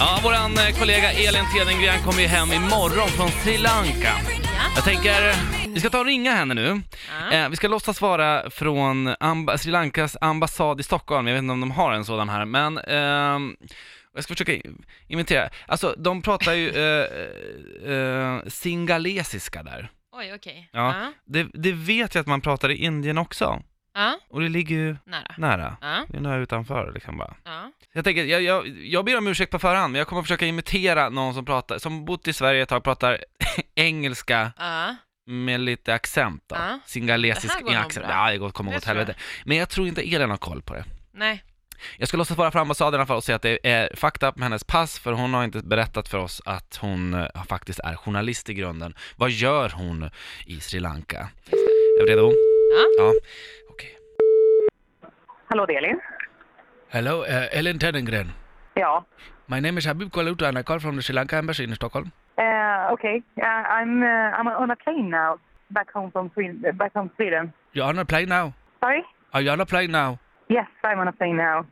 Ja, våran eh, kollega Elin Tedengren kommer ju hem imorgon från Sri Lanka. Jag tänker, vi ska ta och ringa henne nu. Eh, vi ska låtsas vara från amb- Sri Lankas ambassad i Stockholm, jag vet inte om de har en sådan här, men ehm, jag ska försöka i- inventera. Alltså, de pratar ju eh, eh, singalesiska där. Oj, okej. Ja. Ja. Det, det vet jag att man pratar i Indien också, Ja, och det ligger ju nära. nära. Ja, Det är nära utanför liksom bara. ja. Jag, tänker, jag, jag, jag ber om ursäkt på förhand, men jag kommer försöka imitera någon som pratar, som bott i Sverige ett tag, pratar engelska ja. med lite accent då. Ja. Det Singalesisk här går nog accent. bra. Ja, det går- kommer gå Det åt tror jag. helvete. Men jag tror inte Elin har koll på det. Nej, Jag ska låtsas vara från ambassaden i alla fall och säga att det är fucked up med hennes pass, för hon har inte berättat för oss att hon eh, faktiskt är journalist i grunden. Vad gör hon i Sri Lanka? Är vi redo? Ja. Ja, okej. Hallå, det är Elin. Hello, uh, Elin Tedengren. Ja. My name is Habib Kualuta and I call from the Sri Lanka embassy in Stockholm. Uh, okay. Uh, I'm uh, I'm on a plane now, back home from Sweden. eh, Back home Sweden. You are not playing now. Sorry. Are you on a plane now? Yes, I'm on a plane now.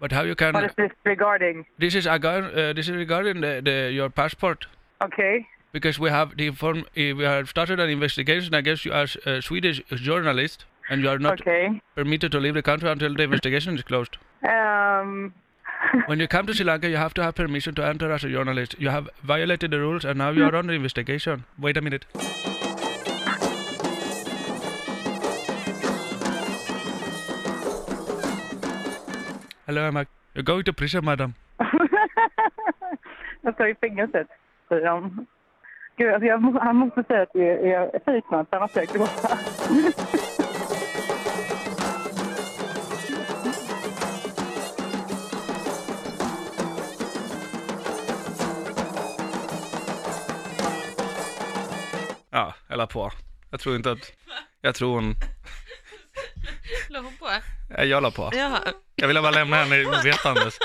But how you can? What is this regarding? This is agar, uh, this is regarding the, the your passport Okay. because we have the inform eh, we have started an investigation against you as a Swedish journalist and you are not Okay. permitted to leave the country until the investigation is closed. Um. When you come to Sri Lanka, you have to have permission to enter as a journalist. You have violated the rules and now you are under investigation. Wait a minute. Hello, Emma. You're going to prison, madam. jag står i fängelset, säger de. Gud, alltså jag, må- han måste säga att jag jag är fejk något, annars börjar jag gråta. Ja, jag la på. Jag tror inte att... Jag tror hon... la hon på? Nej, Jag la på. Ja. Jag ville bara lämna henne i ovetandes.